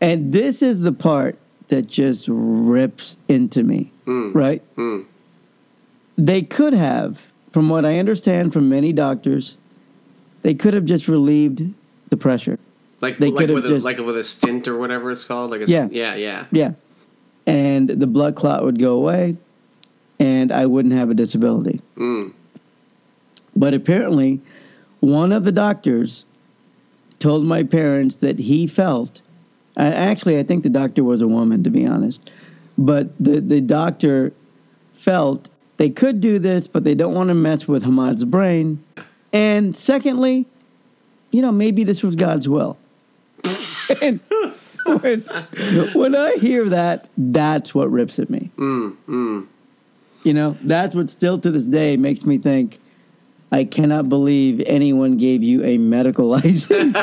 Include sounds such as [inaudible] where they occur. And this is the part that just rips into me, right? Mm. They could have, from what I understand from many doctors, they could have just relieved the pressure. Like They like could've with a, just- like with a stint or whatever it's called. Like a, Yeah. yeah, yeah. Yeah. And the blood clot would go away and I wouldn't have a disability. Mm. But apparently, one of the doctors told my parents that he felt, I actually, I think the doctor was a woman, to be honest, but the, the doctor felt they could do this, but they don't want to mess with Hamad's brain. And secondly, you know, maybe this was God's will. [laughs] and when, when I hear that, that's what rips at me. Mm. Mm. You know, that's what still to this day makes me think [laughs] mm. [laughs] I cannot believe anyone gave you a medical license.